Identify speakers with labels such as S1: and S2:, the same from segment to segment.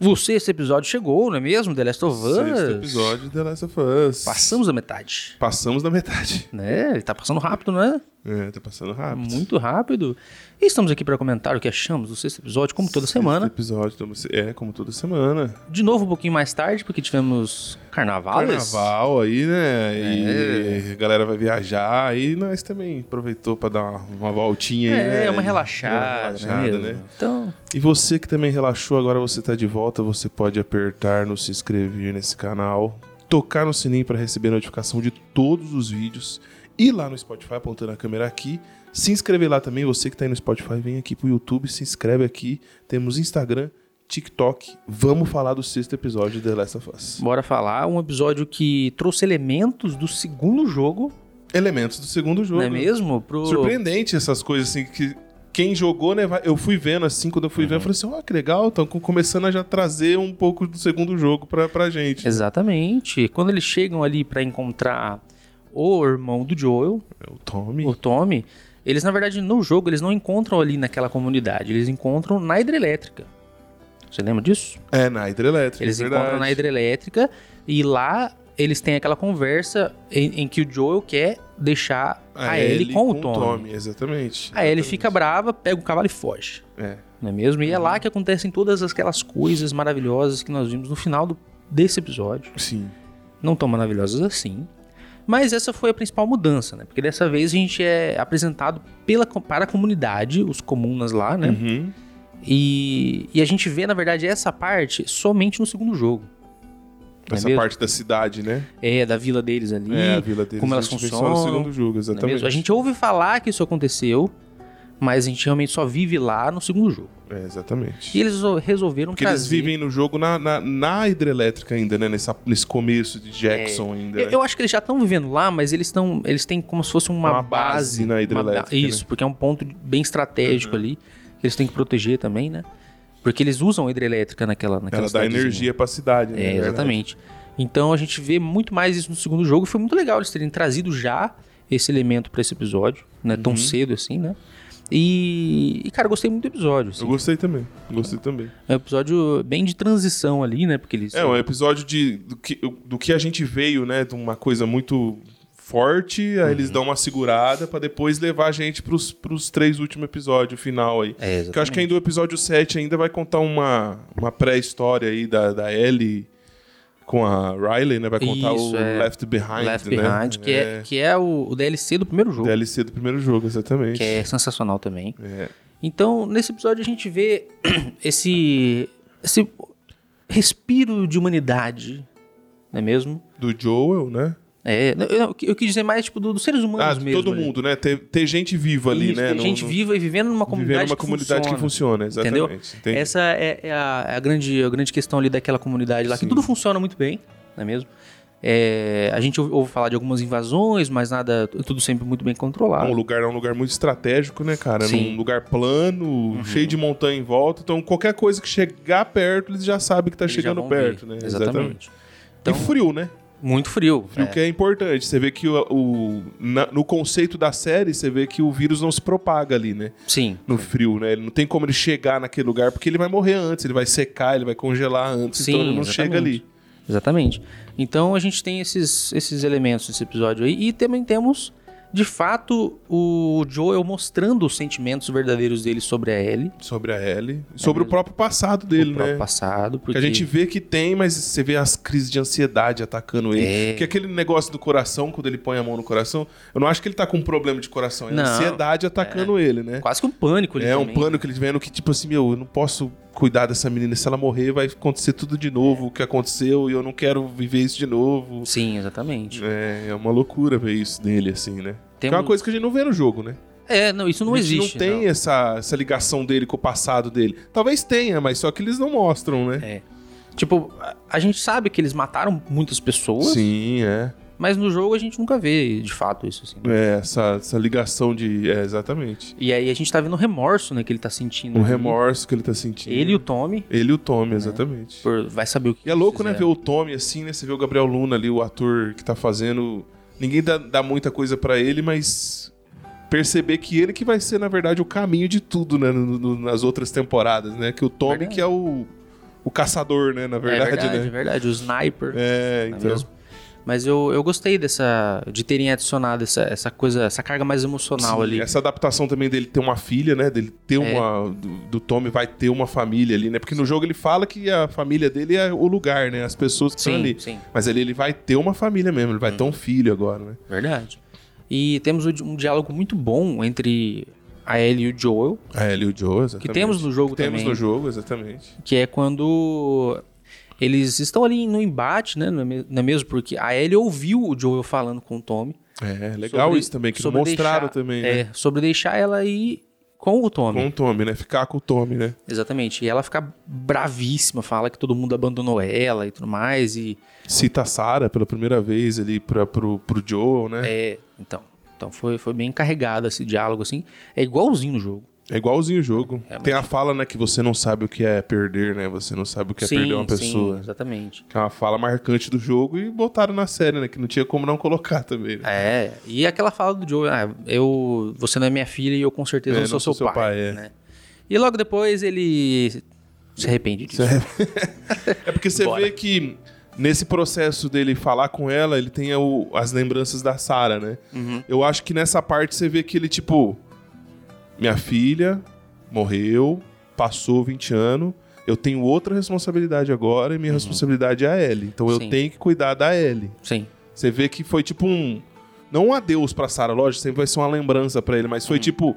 S1: O sexto episódio chegou, não é mesmo? The Last of Us.
S2: Sexto episódio de The Last of Us.
S1: Passamos da metade.
S2: Passamos da metade.
S1: Né? Tá passando rápido, né?
S2: É, tá passando rápido.
S1: Muito rápido. E estamos aqui para comentar o que achamos do sexto episódio, como toda semana.
S2: Sexto episódio, então, você- é, como toda semana.
S1: De novo, um pouquinho mais tarde, porque tivemos carnavales.
S2: Carnaval aí, né?
S1: É.
S2: E a galera vai viajar. E nós também aproveitou pra dar uma, uma voltinha aí, né?
S1: É, uma
S2: E-
S1: relaxada,
S2: uma relaxada,
S1: né? mesmo? Então,
S2: E você que também relaxou, agora você tá de volta, você pode apertar no se inscrever nesse canal, tocar no sininho para receber notificação de todos os vídeos, ir lá no Spotify apontando a câmera aqui, se inscrever lá também, você que tá aí no Spotify, vem aqui pro YouTube, se inscreve aqui. Temos Instagram, TikTok. Vamos falar do sexto episódio de The Last of Us.
S1: bora falar um episódio que trouxe elementos do segundo jogo,
S2: Elementos do segundo jogo.
S1: não é mesmo? Pro...
S2: Surpreendente essas coisas assim que quem jogou, né? vai- Eu fui vendo assim, quando eu fui vendo,
S1: Uhum.
S2: eu falei assim: ó, que legal, estão começando a já trazer um pouco do segundo jogo pra, pra gente.
S1: Exatamente. Quando eles chegam ali para encontrar o irmão do Joel,
S2: É o Tommy.
S1: o Tommy, eles na verdade no jogo eles não encontram ali naquela comunidade, eles encontram na hidrelétrica. Você lembra disso?
S2: É, na hidrelétrica.
S1: Eles
S2: é verdade.
S1: encontram na hidrelétrica e lá eles têm aquela conversa em, em que o Joel quer deixar
S2: É,
S1: a, Ellie, Ah, com, o Tommy.
S2: Exatamente.
S1: A Ellie
S2: Exatamente.
S1: fica brava, pega o cavalo e foge.
S2: É.
S1: Não é mesmo? E é lá que acontecem todas aquelas coisas maravilhosas que nós vimos no final do- desse episódio.
S2: Sim.
S1: Não tão maravilhosas assim. Mas essa foi a principal mudança, né? Porque dessa vez a gente é apresentado pela, co- para a comunidade, os comunas lá, né?
S2: Uhum.
S1: E, e a gente vê, na verdade, essa parte somente no segundo jogo. Não é
S2: Essa
S1: mesmo?
S2: parte da cidade, né?
S1: É, da vila deles ali.
S2: é, a vila deles.
S1: como elas
S2: a gente vê só
S1: funcionam,
S2: no segundo jogo,
S1: não é
S2: exatamente.
S1: mesmo? A gente ouve falar que isso aconteceu, mas a gente realmente só vive lá no segundo jogo.
S2: É, exatamente.
S1: E eles resol- resolveram
S2: Porque eles
S1: trazer...
S2: vivem no jogo na, na, na hidrelétrica ainda, né? Nessa, nesse começo de Jackson ainda.
S1: É.
S2: né?
S1: Eu, eu acho que eles já estão vivendo lá, mas eles estão, eles têm como se fosse uma,
S2: Uma
S1: base,
S2: base na
S1: uma
S2: hidrelétrica, né? Uhum.
S1: ba- Isso, porque é um ponto de- bem estratégico ali que eles têm que proteger também, né? Porque eles usam a hidrelétrica naquela, naquela
S2: Ela dá
S1: cidadezinha.
S2: energia pra cidade, né?
S1: É,
S2: na verdade.
S1: exatamente. Então a gente vê muito mais isso no segundo jogo. Foi muito legal eles terem trazido já esse elemento pra esse episódio, né?
S2: Uhum.
S1: Tão cedo assim, né? E, e, cara, gostei muito do episódio. assim.
S2: Eu gostei também. Gostei também.
S1: É um episódio bem de transição ali, né? Porque eles
S2: É, um episódio de, do, que, do que a gente veio, né? De uma coisa muito forte, aí eles dão uma segurada pra depois levar a gente pros, pros três últimos episódios final aí.
S1: É,
S2: Porque eu acho que ainda o episódio 7 ainda vai contar uma, uma pré-história aí da, da Ellie com a Riley, né? Vai contar
S1: Isso,
S2: o
S1: é.
S2: Left Behind,
S1: Left
S2: né? É.
S1: Behind, que é, que é o, o DLC do primeiro jogo,
S2: DLC do primeiro jogo, exatamente.
S1: que é sensacional também.
S2: É.
S1: Então, nesse episódio a gente vê esse, esse respiro de humanidade, não é mesmo?
S2: Do Joel, né?
S1: É, não, eu, eu quis dizer mais tipo do- dos seres humanos
S2: Ah,
S1: mesmo.
S2: todo
S1: ali.
S2: mundo, né? Ter, ter gente viva ali,
S1: Isso,
S2: né?
S1: tem
S2: No-
S1: gente
S2: no-
S1: viva e vivendo numa
S2: Vivendo
S1: comunidade,
S2: uma
S1: que,
S2: comunidade
S1: funciona.
S2: que funciona,
S1: Entendeu?
S2: exatamente. Entendi.
S1: Essa é, é a, a grande, a grande questão ali daquela comunidade lá,
S2: Sim.
S1: que tudo funciona muito bem, não é mesmo? É, a gente ouve, ouve falar de algumas invasões, mas nada, tudo sempre muito bem controlado.
S2: Um lugar é um lugar muito estratégico, né, cara?
S1: Sim. Uhum.
S2: Num lugar plano, cheio de montanha em volta. Então, qualquer coisa que chegar perto, eles já sabem que tá
S1: Eles já
S2: chegando
S1: vão
S2: perto,
S1: ver.
S2: né?
S1: Exatamente.
S2: E frio, né?
S1: Muito frio.
S2: Frio
S1: é.
S2: que é importante. Você vê que o, o- na- no conceito da série, você vê que o vírus não se propaga ali, né?
S1: Sim.
S2: No frio, né? Ele não tem como ele chegar naquele lugar, porque ele vai morrer antes, ele vai secar, ele vai congelar antes,
S1: Sim,
S2: então ele não
S1: exatamente.
S2: chega ali.
S1: Exatamente. Então a gente tem esses, esses elementos nesse episódio aí. E também temos, de fato, o Joel mostrando os sentimentos verdadeiros dele sobre a Ellie.
S2: Sobre a Ellie. e sobre o próprio passado dele,
S1: É o
S2: né?
S1: próprio passado. Porque
S2: Que a gente vê que tem, mas você vê as crises de ansiedade atacando ele.
S1: É.
S2: Que aquele negócio do coração, quando ele põe a mão no coração, eu não acho que ele tá com um problema de coração, é
S1: Não.
S2: ansiedade atacando ele, né?
S1: Quase que um pânico ali
S2: É um
S1: também.
S2: plano que ele vendo que, tipo assim, meu, eu não posso cuidar dessa menina. Se ela morrer, vai acontecer tudo de novo, o que aconteceu, e eu não quero viver isso de novo.
S1: Sim, exatamente.
S2: É, é uma loucura ver isso dele, assim, né? Que é
S1: Temos-
S2: uma coisa que a gente não vê no jogo, né?
S1: É, não, isso não
S2: a gente
S1: existe.
S2: não tem Essa, essa ligação dele com o passado dele. Talvez tenha, mas só que eles não mostram, né?
S1: não. Tipo, a, a gente sabe que eles mataram muitas pessoas,
S2: Sim, é.
S1: mas no jogo a gente nunca vê de fato isso. Assim, né?
S2: É, essa, essa ligação de. É, exatamente.
S1: E aí a gente tá vendo o remorso, né, que ele tá sentindo.
S2: O
S1: ali.
S2: remorso que ele tá sentindo.
S1: Ele e o Tommy.
S2: Ele e o Tommy, exatamente.
S1: por- vai saber o que
S2: E é louco, né, ver
S1: fizeram.
S2: o Tommy assim, né? Você vê o Gabriel Luna ali, o ator que tá fazendo. Ninguém dá, dá muita coisa pra ele, mas perceber que ele que vai ser, na verdade, o caminho de tudo, né? no- no- nas outras temporadas, né? Que o Tommy
S1: Verdade.
S2: que é o. O o caçador, né? Na verdade,
S1: é verdade, é
S2: né?
S1: verdade. O sniper.
S2: É,
S1: não é
S2: então.
S1: mesmo? Mas eu, eu gostei dessa. de terem adicionado essa, essa coisa, essa carga mais emocional
S2: Sim, é.
S1: ali. É.
S2: Essa adaptação também dele ter uma filha, né? Dele ter uma. Do, do Tommy vai ter uma família ali, né? Porque no jogo ele fala que a família dele é o lugar, né? As pessoas que estão
S1: Sim,
S2: ali.
S1: sim. Uhum.
S2: Mas ali ele vai ter uma família mesmo, ele vai ter um filho agora, né?
S1: Verdade. E temos um di- um diálogo muito bom entre a Ellie e o Joel,
S2: A Ellie É, e o Joe, exatamente.
S1: Que temos no jogo
S2: Que temos
S1: também.
S2: no jogo, exatamente.
S1: que é quando eles estão ali no embate, né? Não é me- não é mesmo? Porque a Ellie ouviu o Joel falando com o Tommy.
S2: É, legal
S1: sobre-
S2: isso também, que
S1: sobre
S2: mostraram
S1: deixar-
S2: também, né?
S1: É, sobre deixar ela ir com o Tommy.
S2: Com o Tommy, né? Ficar com o Tommy, né?
S1: Exatamente. E ela fica bravíssima, fala que todo mundo abandonou ela e tudo mais. E
S2: Cita a Sarah pela primeira vez ali pra, pro, pro Joe, né?
S1: é, então. Então foi, foi bem carregado esse diálogo, assim. É igualzinho no jogo.
S2: É igualzinho o jogo.
S1: É,
S2: Tem a fala, né, que você não sabe o que é perder, né? Você não sabe o que é perder uma
S1: Sim,
S2: pessoa.
S1: exatamente.
S2: Que é uma fala marcante do jogo e botaram na série, né? Que não tinha como não colocar também. Né?
S1: É, e aquela fala do Joe, ah, eu, você não é minha filha e eu com certeza
S2: É,
S1: não sou seu pai.
S2: é.
S1: né? E logo depois ele se arrepende disso.
S2: É porque você
S1: Bora.
S2: vê que nesse processo dele falar com ela, ele tem o- as lembranças da Sarah, né?
S1: Uhum.
S2: Eu acho que nessa parte você vê que ele, tipo, minha filha morreu, passou 20 anos, eu tenho outra responsabilidade agora e minha responsabilidade é a Ellie. Então eu
S1: Uhum. Sim.
S2: tenho que cuidar da Ellie.
S1: Sim,
S2: Você vê que foi tipo um. Não um adeus pra Sarah, lógico, sempre vai ser uma lembrança pra ele, mas
S1: Uhum.
S2: foi tipo.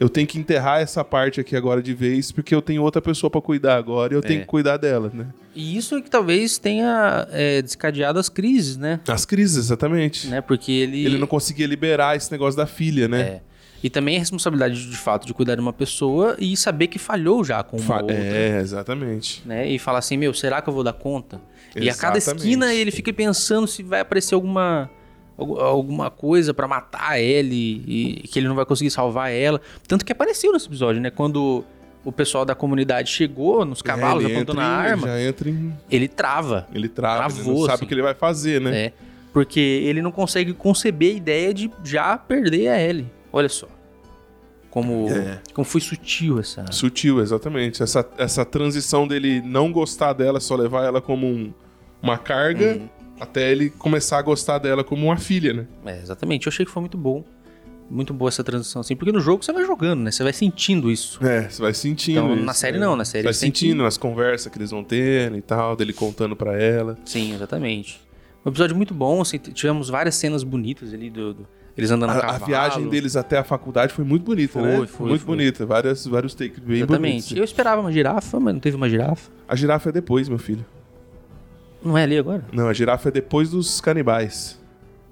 S2: Eu tenho que enterrar essa parte aqui agora de vez, porque eu tenho outra pessoa pra cuidar agora e eu tenho
S1: É.
S2: que cuidar dela, né?
S1: e isso é que talvez tenha é, descadeado as crises, né?
S2: As crises, exatamente.
S1: né? Porque ele...
S2: Ele não conseguia liberar esse negócio da filha, né?
S1: E também a responsabilidade de fato de cuidar de uma pessoa e saber que falhou já com uma
S2: Fa-
S1: outra.
S2: É, exatamente.
S1: né? E falar assim, meu, será que eu vou dar conta? E a cada
S2: Exatamente.
S1: esquina ele fica pensando se vai aparecer alguma algu- alguma coisa pra matar ele e que ele não vai conseguir salvar ela. Tanto que apareceu nesse episódio, né? Quando o pessoal da comunidade chegou nos cavalos,
S2: É, ele
S1: apontou na
S2: entra em-
S1: arma,
S2: Já entra em...
S1: ele trava,
S2: Ele trava, ele não
S1: Travou,
S2: sabe
S1: assim.
S2: o que ele vai fazer, né?
S1: né? Porque ele não consegue conceber a ideia de já perder a Ellie. Olha só. Como,
S2: É.
S1: como foi sutil essa.
S2: Sutil, exatamente. Essa, essa transição dele não gostar dela, só levar ela como um- uma carga, até ele começar a gostar dela como uma filha, né?
S1: É, exatamente. Eu achei que foi muito bom. Muito boa essa transição, assim. Porque no jogo você vai jogando, né? Você vai sentindo isso.
S2: É, você vai sentindo.
S1: Então,
S2: isso,
S1: na série
S2: né?
S1: não, na série
S2: Vai
S1: eles têm
S2: sentindo as conversas que eles vão ter e tal, dele contando pra ela.
S1: Sim, exatamente. Um episódio muito bom, assim, t- tivemos várias cenas bonitas ali do, do- eles andando a,
S2: A, a
S1: Tá cavalo.
S2: viagem deles até a faculdade foi muito bonita,
S1: Foi,
S2: né?
S1: foi,
S2: muito
S1: foi.
S2: bonita. Várias, vários takes é bem bonitos.
S1: Exatamente. Eu esperava uma girafa, mas não teve uma girafa.
S2: A girafa é depois, meu filho.
S1: Não é ali agora?
S2: Não, a girafa é depois dos canibais.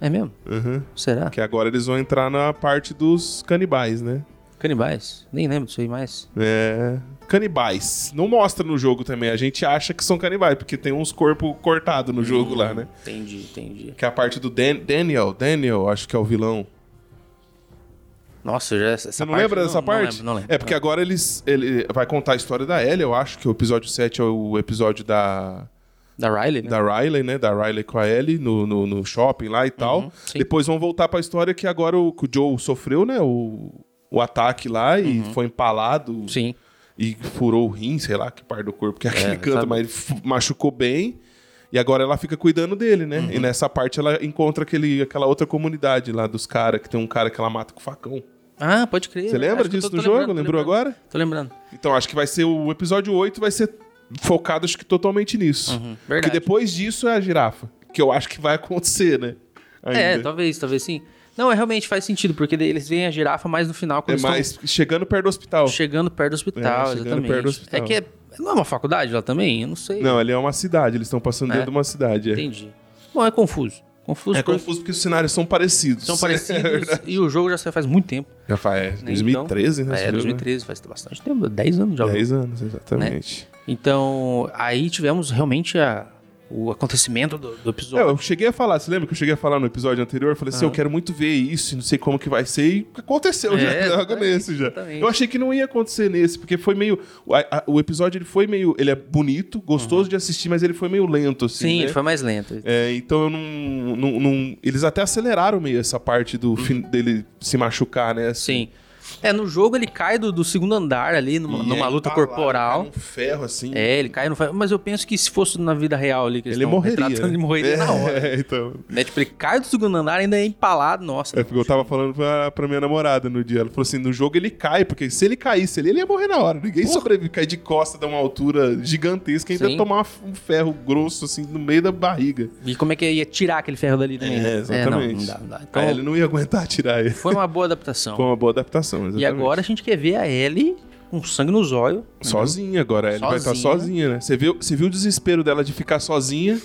S1: É mesmo?
S2: Uhum.
S1: Será?
S2: Que agora eles vão entrar na parte dos canibais, né?
S1: Canibais? Nem lembro disso aí mais.
S2: É. Canibais. Não mostra no jogo também. A gente acha que são canibais, porque tem uns corpos cortados no jogo lá, né?
S1: Entendi, entendi.
S2: Que é a parte do Dan- Daniel. Daniel, acho que é o vilão.
S1: Nossa, eu já essa
S2: Você não
S1: parte-
S2: lembra dessa
S1: não
S2: parte?
S1: lembro, não lembro.
S2: É porque agora eles. Ele vai contar a história da Ellie, eu acho, que o episódio 7 é o episódio da.
S1: Da Riley, né?
S2: da Riley, né? Da Riley com a Ellie no, no, no shopping lá e tal.
S1: Uhum, sim.
S2: Depois vão voltar pra história que agora o, que o Joe sofreu, né? O, o ataque lá e foi empalado
S1: Uhum. Sim.
S2: e furou o rim, sei lá que parte do corpo que é aquele canto,
S1: sabe?
S2: mas ele fu- machucou bem. E agora ela fica cuidando dele, né? E nessa parte ela encontra aquele, aquela outra comunidade lá dos caras, que tem um cara que ela mata com facão.
S1: Ah, pode crer.
S2: Você
S1: né?
S2: lembra
S1: Acho que eu
S2: disso
S1: tô-
S2: no
S1: tô
S2: jogo?
S1: lembrando, tô
S2: Lembrou
S1: lembrando.
S2: agora?
S1: Tô lembrando.
S2: Então, acho que vai ser o episódio 8 vai ser focado, acho que totalmente nisso. Porque
S1: verdade.
S2: depois disso é a girafa. Que eu acho que vai acontecer, né?
S1: É,
S2: Ainda.
S1: talvez, talvez sim. Não, é, realmente faz sentido, porque daí eles veem a girafa mais no final, quando
S2: É
S1: eles estão
S2: mais chegando perto do hospital.
S1: Chegando perto do hospital,
S2: É, chegando
S1: exatamente.
S2: perto do hospital.
S1: É que é- não é uma faculdade lá também? Eu não sei.
S2: Não, ali é uma cidade, eles estão passando
S1: É.
S2: dentro de uma cidade. É,
S1: Entendi. Bom, é confuso. Confuso
S2: é
S1: porque
S2: confuso porque os cenários são parecidos.
S1: são parecidos e o jogo já saiu faz muito tempo.
S2: Já faz é
S1: Né?
S2: 2013,
S1: então,
S2: né? esse
S1: É,
S2: jogo,
S1: 2013, faz bastante tempo, 10 anos já.
S2: né? 10 anos, exatamente.
S1: Então, aí tivemos realmente a- o acontecimento do, do
S2: É,
S1: episódio.
S2: eu cheguei a falar, você lembra que eu cheguei a falar no episódio anterior? Eu falei assim, eu
S1: Ah.
S2: quero muito ver isso, não sei como que vai ser, e aconteceu
S1: É,
S2: já, logo
S1: exatamente,
S2: nesse já.
S1: exatamente.
S2: Eu achei que não ia acontecer nesse, porque foi meio... O, a- a- o episódio, ele foi meio... Ele é bonito, gostoso de assistir, mas ele foi meio lento, assim,
S1: Uhum. Sim,
S2: né?
S1: ele foi mais lento.
S2: É, então eu não, não- não- Eles até aceleraram meio essa parte do fim dele se machucar, né?
S1: Uhum. Sim. É, no jogo ele cai do, do segundo andar ali, numa,
S2: E
S1: numa
S2: é
S1: luta
S2: empalado,
S1: corporal.
S2: cai num ferro assim.
S1: É, ele cai no ferro. Mas eu penso que se fosse na vida real ali, que eles
S2: Ele
S1: tão
S2: morreria.
S1: retratando, ele morreria na hora.
S2: É, então.
S1: Né? Tipo, ele cai do segundo andar ainda é empalado, nossa.
S2: É porque eu tava falando pra, pra minha namorada no dia. Ela falou assim: no jogo ele cai, porque se ele caísse ali, ele ia morrer na hora. Ninguém sobrevive, cai de costa de uma altura gigantesca e ainda
S1: Sim.
S2: tomar um ferro grosso assim no meio da barriga.
S1: E como é que ia tirar aquele ferro dali também? né?
S2: É, exatamente.
S1: não, não dá, não dá. Então,
S2: Aí ele não ia aguentar tirar ele.
S1: foi uma boa adaptação.
S2: Foi uma boa adaptação, exatamente.
S1: E agora a gente quer ver a Ellie com sangue nos olhos.
S2: Sozinha agora, ela vai estar
S1: Sozinha.
S2: sozinha, né? Você viu, você viu o desespero dela de ficar sozinha,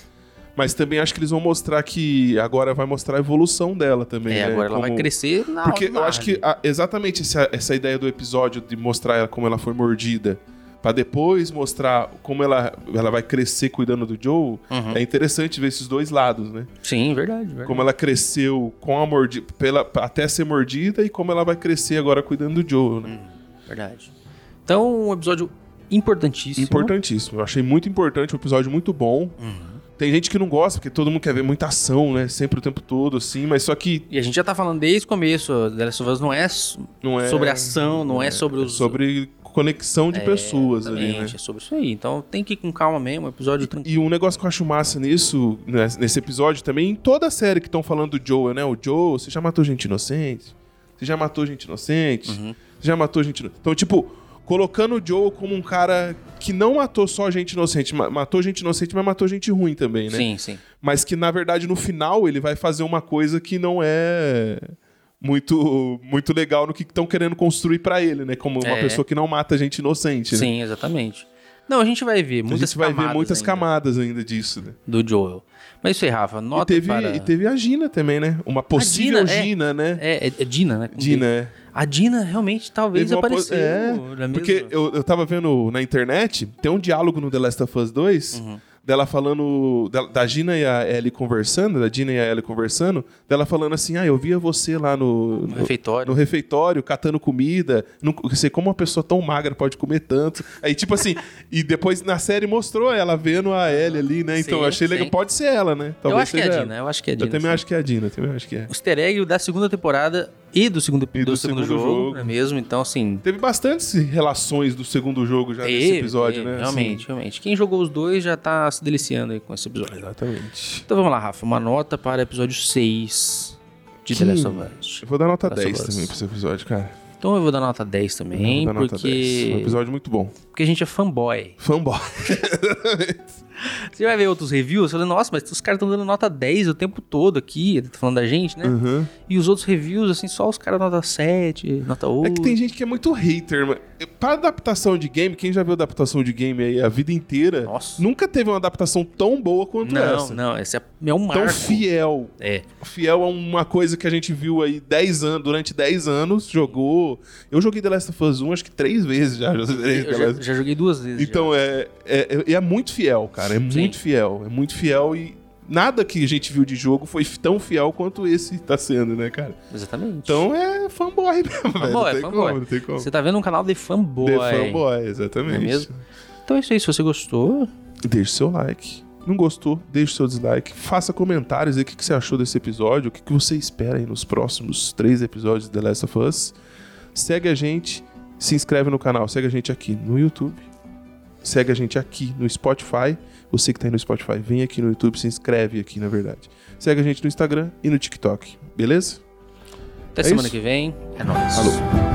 S2: mas também acho que eles vão mostrar que agora vai mostrar a evolução dela também.
S1: É,
S2: né?
S1: agora ela vai
S2: Como-
S1: crescer na
S2: Porque
S1: na
S2: eu acho que
S1: árvore.
S2: a- exatamente essa, essa ideia do episódio de mostrar ela como ela foi mordida, pra depois mostrar como ela, ela vai crescer cuidando do Joe,
S1: Uhum.
S2: é interessante ver esses dois lados, né?
S1: Sim, verdade. verdade.
S2: Como ela cresceu com a mordida, pela, até ser mordida e como ela vai crescer agora cuidando do Joe, né?
S1: Verdade. Então, um episódio importantíssimo.
S2: Importantíssimo. Eu achei muito importante, um episódio muito bom.
S1: Uhum.
S2: Tem gente que não gosta, porque todo mundo quer ver muita ação, né? Sempre o tempo todo, assim, mas só que
S1: E a gente já tá falando desde o começo, ó, The Last of Us não é, s-
S2: não é.
S1: sobre ação, não é, sobre
S2: é
S1: os... É,
S2: sobre conexão de pessoas ali, né?
S1: Exatamente, É sobre isso aí. Então tem que ir com calma mesmo, um episódio tranquilo.
S2: E um negócio que eu acho massa nisso, né, nesse episódio também, em toda a série que estão falando do Joel, né? O Joel, você já matou gente inocente? Você já matou gente inocente?
S1: Uhum.
S2: Você já matou gente inocente? Então, tipo, colocando o Joel como um cara que não matou só gente inocente, ma- matou gente inocente, mas matou gente ruim também, né?
S1: Sim, sim.
S2: Mas que, na verdade, no final ele vai fazer uma coisa que não é muito muito legal no que estão querendo construir pra ele, né? Como uma
S1: É.
S2: pessoa que não mata gente inocente, né?
S1: Sim, exatamente. Não, a gente vai ver
S2: Então, a
S1: muitas
S2: gente vai ver
S1: camadas
S2: muitas
S1: ainda
S2: camadas ainda disso, né?
S1: do Joel. Mas isso aí, Rafa,
S2: E
S1: nota
S2: teve,
S1: para...
S2: e teve a Gina também, né? Uma possível
S1: Gina, é.
S2: Gina, né?
S1: É, é, é Dina, né? Com
S2: Gina,
S1: D.
S2: é.
S1: A Dina realmente talvez
S2: Teve uma po-
S1: apareceu.
S2: é,
S1: na mesma-
S2: Porque eu, eu tava vendo na internet, tem um diálogo no The Last of Us 2,
S1: Uhum.
S2: dela falando, da, da Gina e a Ellie conversando, da Gina e a Ellie conversando, dela falando assim, ah, eu via você lá no...
S1: No
S2: no
S1: refeitório.
S2: no refeitório, catando comida, não não sei como uma pessoa tão magra pode comer tanto. Aí, tipo assim, e depois na série mostrou ela vendo a Ellie ali, né? Então
S1: Sim,
S2: eu achei
S1: sim.
S2: legal. Pode ser ela, né?
S1: eu acho que é
S2: seja
S1: a
S2: ela.
S1: Dina, eu acho que é a
S2: Eu
S1: Dina.
S2: também acho que é a Dina, também acho que é.
S1: O easter egg da segunda temporada e do segundo,
S2: E
S1: do
S2: do
S1: segundo,
S2: segundo
S1: jogo,
S2: jogo.
S1: não é mesmo? Então, assim.
S2: Teve bastantes relações do segundo jogo já nesse
S1: teve,
S2: episódio,
S1: teve,
S2: né?
S1: Realmente, realmente. Quem jogou os dois já tá se deliciando aí com esse
S2: Assim,
S1: episódio.
S2: exatamente.
S1: Então vamos lá, Rafa. Uma nota para episódio 6 de The
S2: Que-
S1: Last of Us.
S2: Eu vou dar nota
S1: Last
S2: 10
S1: of Us.
S2: também pra esse episódio, cara.
S1: Então eu vou dar nota 10
S2: Eu
S1: também,
S2: vou dar nota 10. Um
S1: porque...
S2: episódio muito bom.
S1: porque a gente é fanboy.
S2: Fanboy.
S1: Você vai ver outros reviews, você fala, nossa, mas os caras estão dando nota 10 o tempo todo aqui, tá falando da gente, né?
S2: Uhum.
S1: E os outros reviews, assim, só os caras nota 7, nota 8.
S2: É que tem gente que é muito hater, mano. Pra adaptação de game, quem já viu adaptação de game aí a vida inteira,
S1: Nossa.
S2: nunca teve uma adaptação tão boa quanto
S1: Não,
S2: essa.
S1: não, esse é, é um marco.
S2: Tão Então, fiel.
S1: É,
S2: Fiel a uma coisa que a gente viu aí 10 anos, durante 10 anos, jogou. Eu joguei The Last of Us 1 acho que três vezes já. já, zerei The
S1: eu já,
S2: Last-
S1: já joguei duas vezes. já.
S2: né? Então é, é, é- é muito fiel, cara. É
S1: Sim.
S2: muito fiel. É muito fiel e nada que a gente viu de jogo foi f- tão fiel quanto esse tá sendo, né, cara?
S1: Exatamente.
S2: Então é fanboy mesmo, velho. Não
S1: Fanboy,
S2: tem
S1: fanboy.
S2: como, não tem como.
S1: Você tá vendo um canal de fanboy.
S2: The fanboy, exatamente.
S1: Não é mesmo? Então é isso aí, se você gostou,
S2: Deixe seu like. Não gostou? Deixe seu dislike. Faça comentários aí o que, que você achou desse episódio, o que, que você espera aí nos próximos três episódios de The Last of Us. Segue a gente, se inscreve no canal, segue a gente aqui no YouTube, segue a gente aqui no Spotify. Você que tá aí no Spotify, vem aqui no YouTube, se inscreve aqui, na verdade. Segue a gente no Instagram e no TikTok, beleza?
S1: até
S2: É
S1: semana
S2: isso.
S1: que vem. É nóis.
S2: Falou.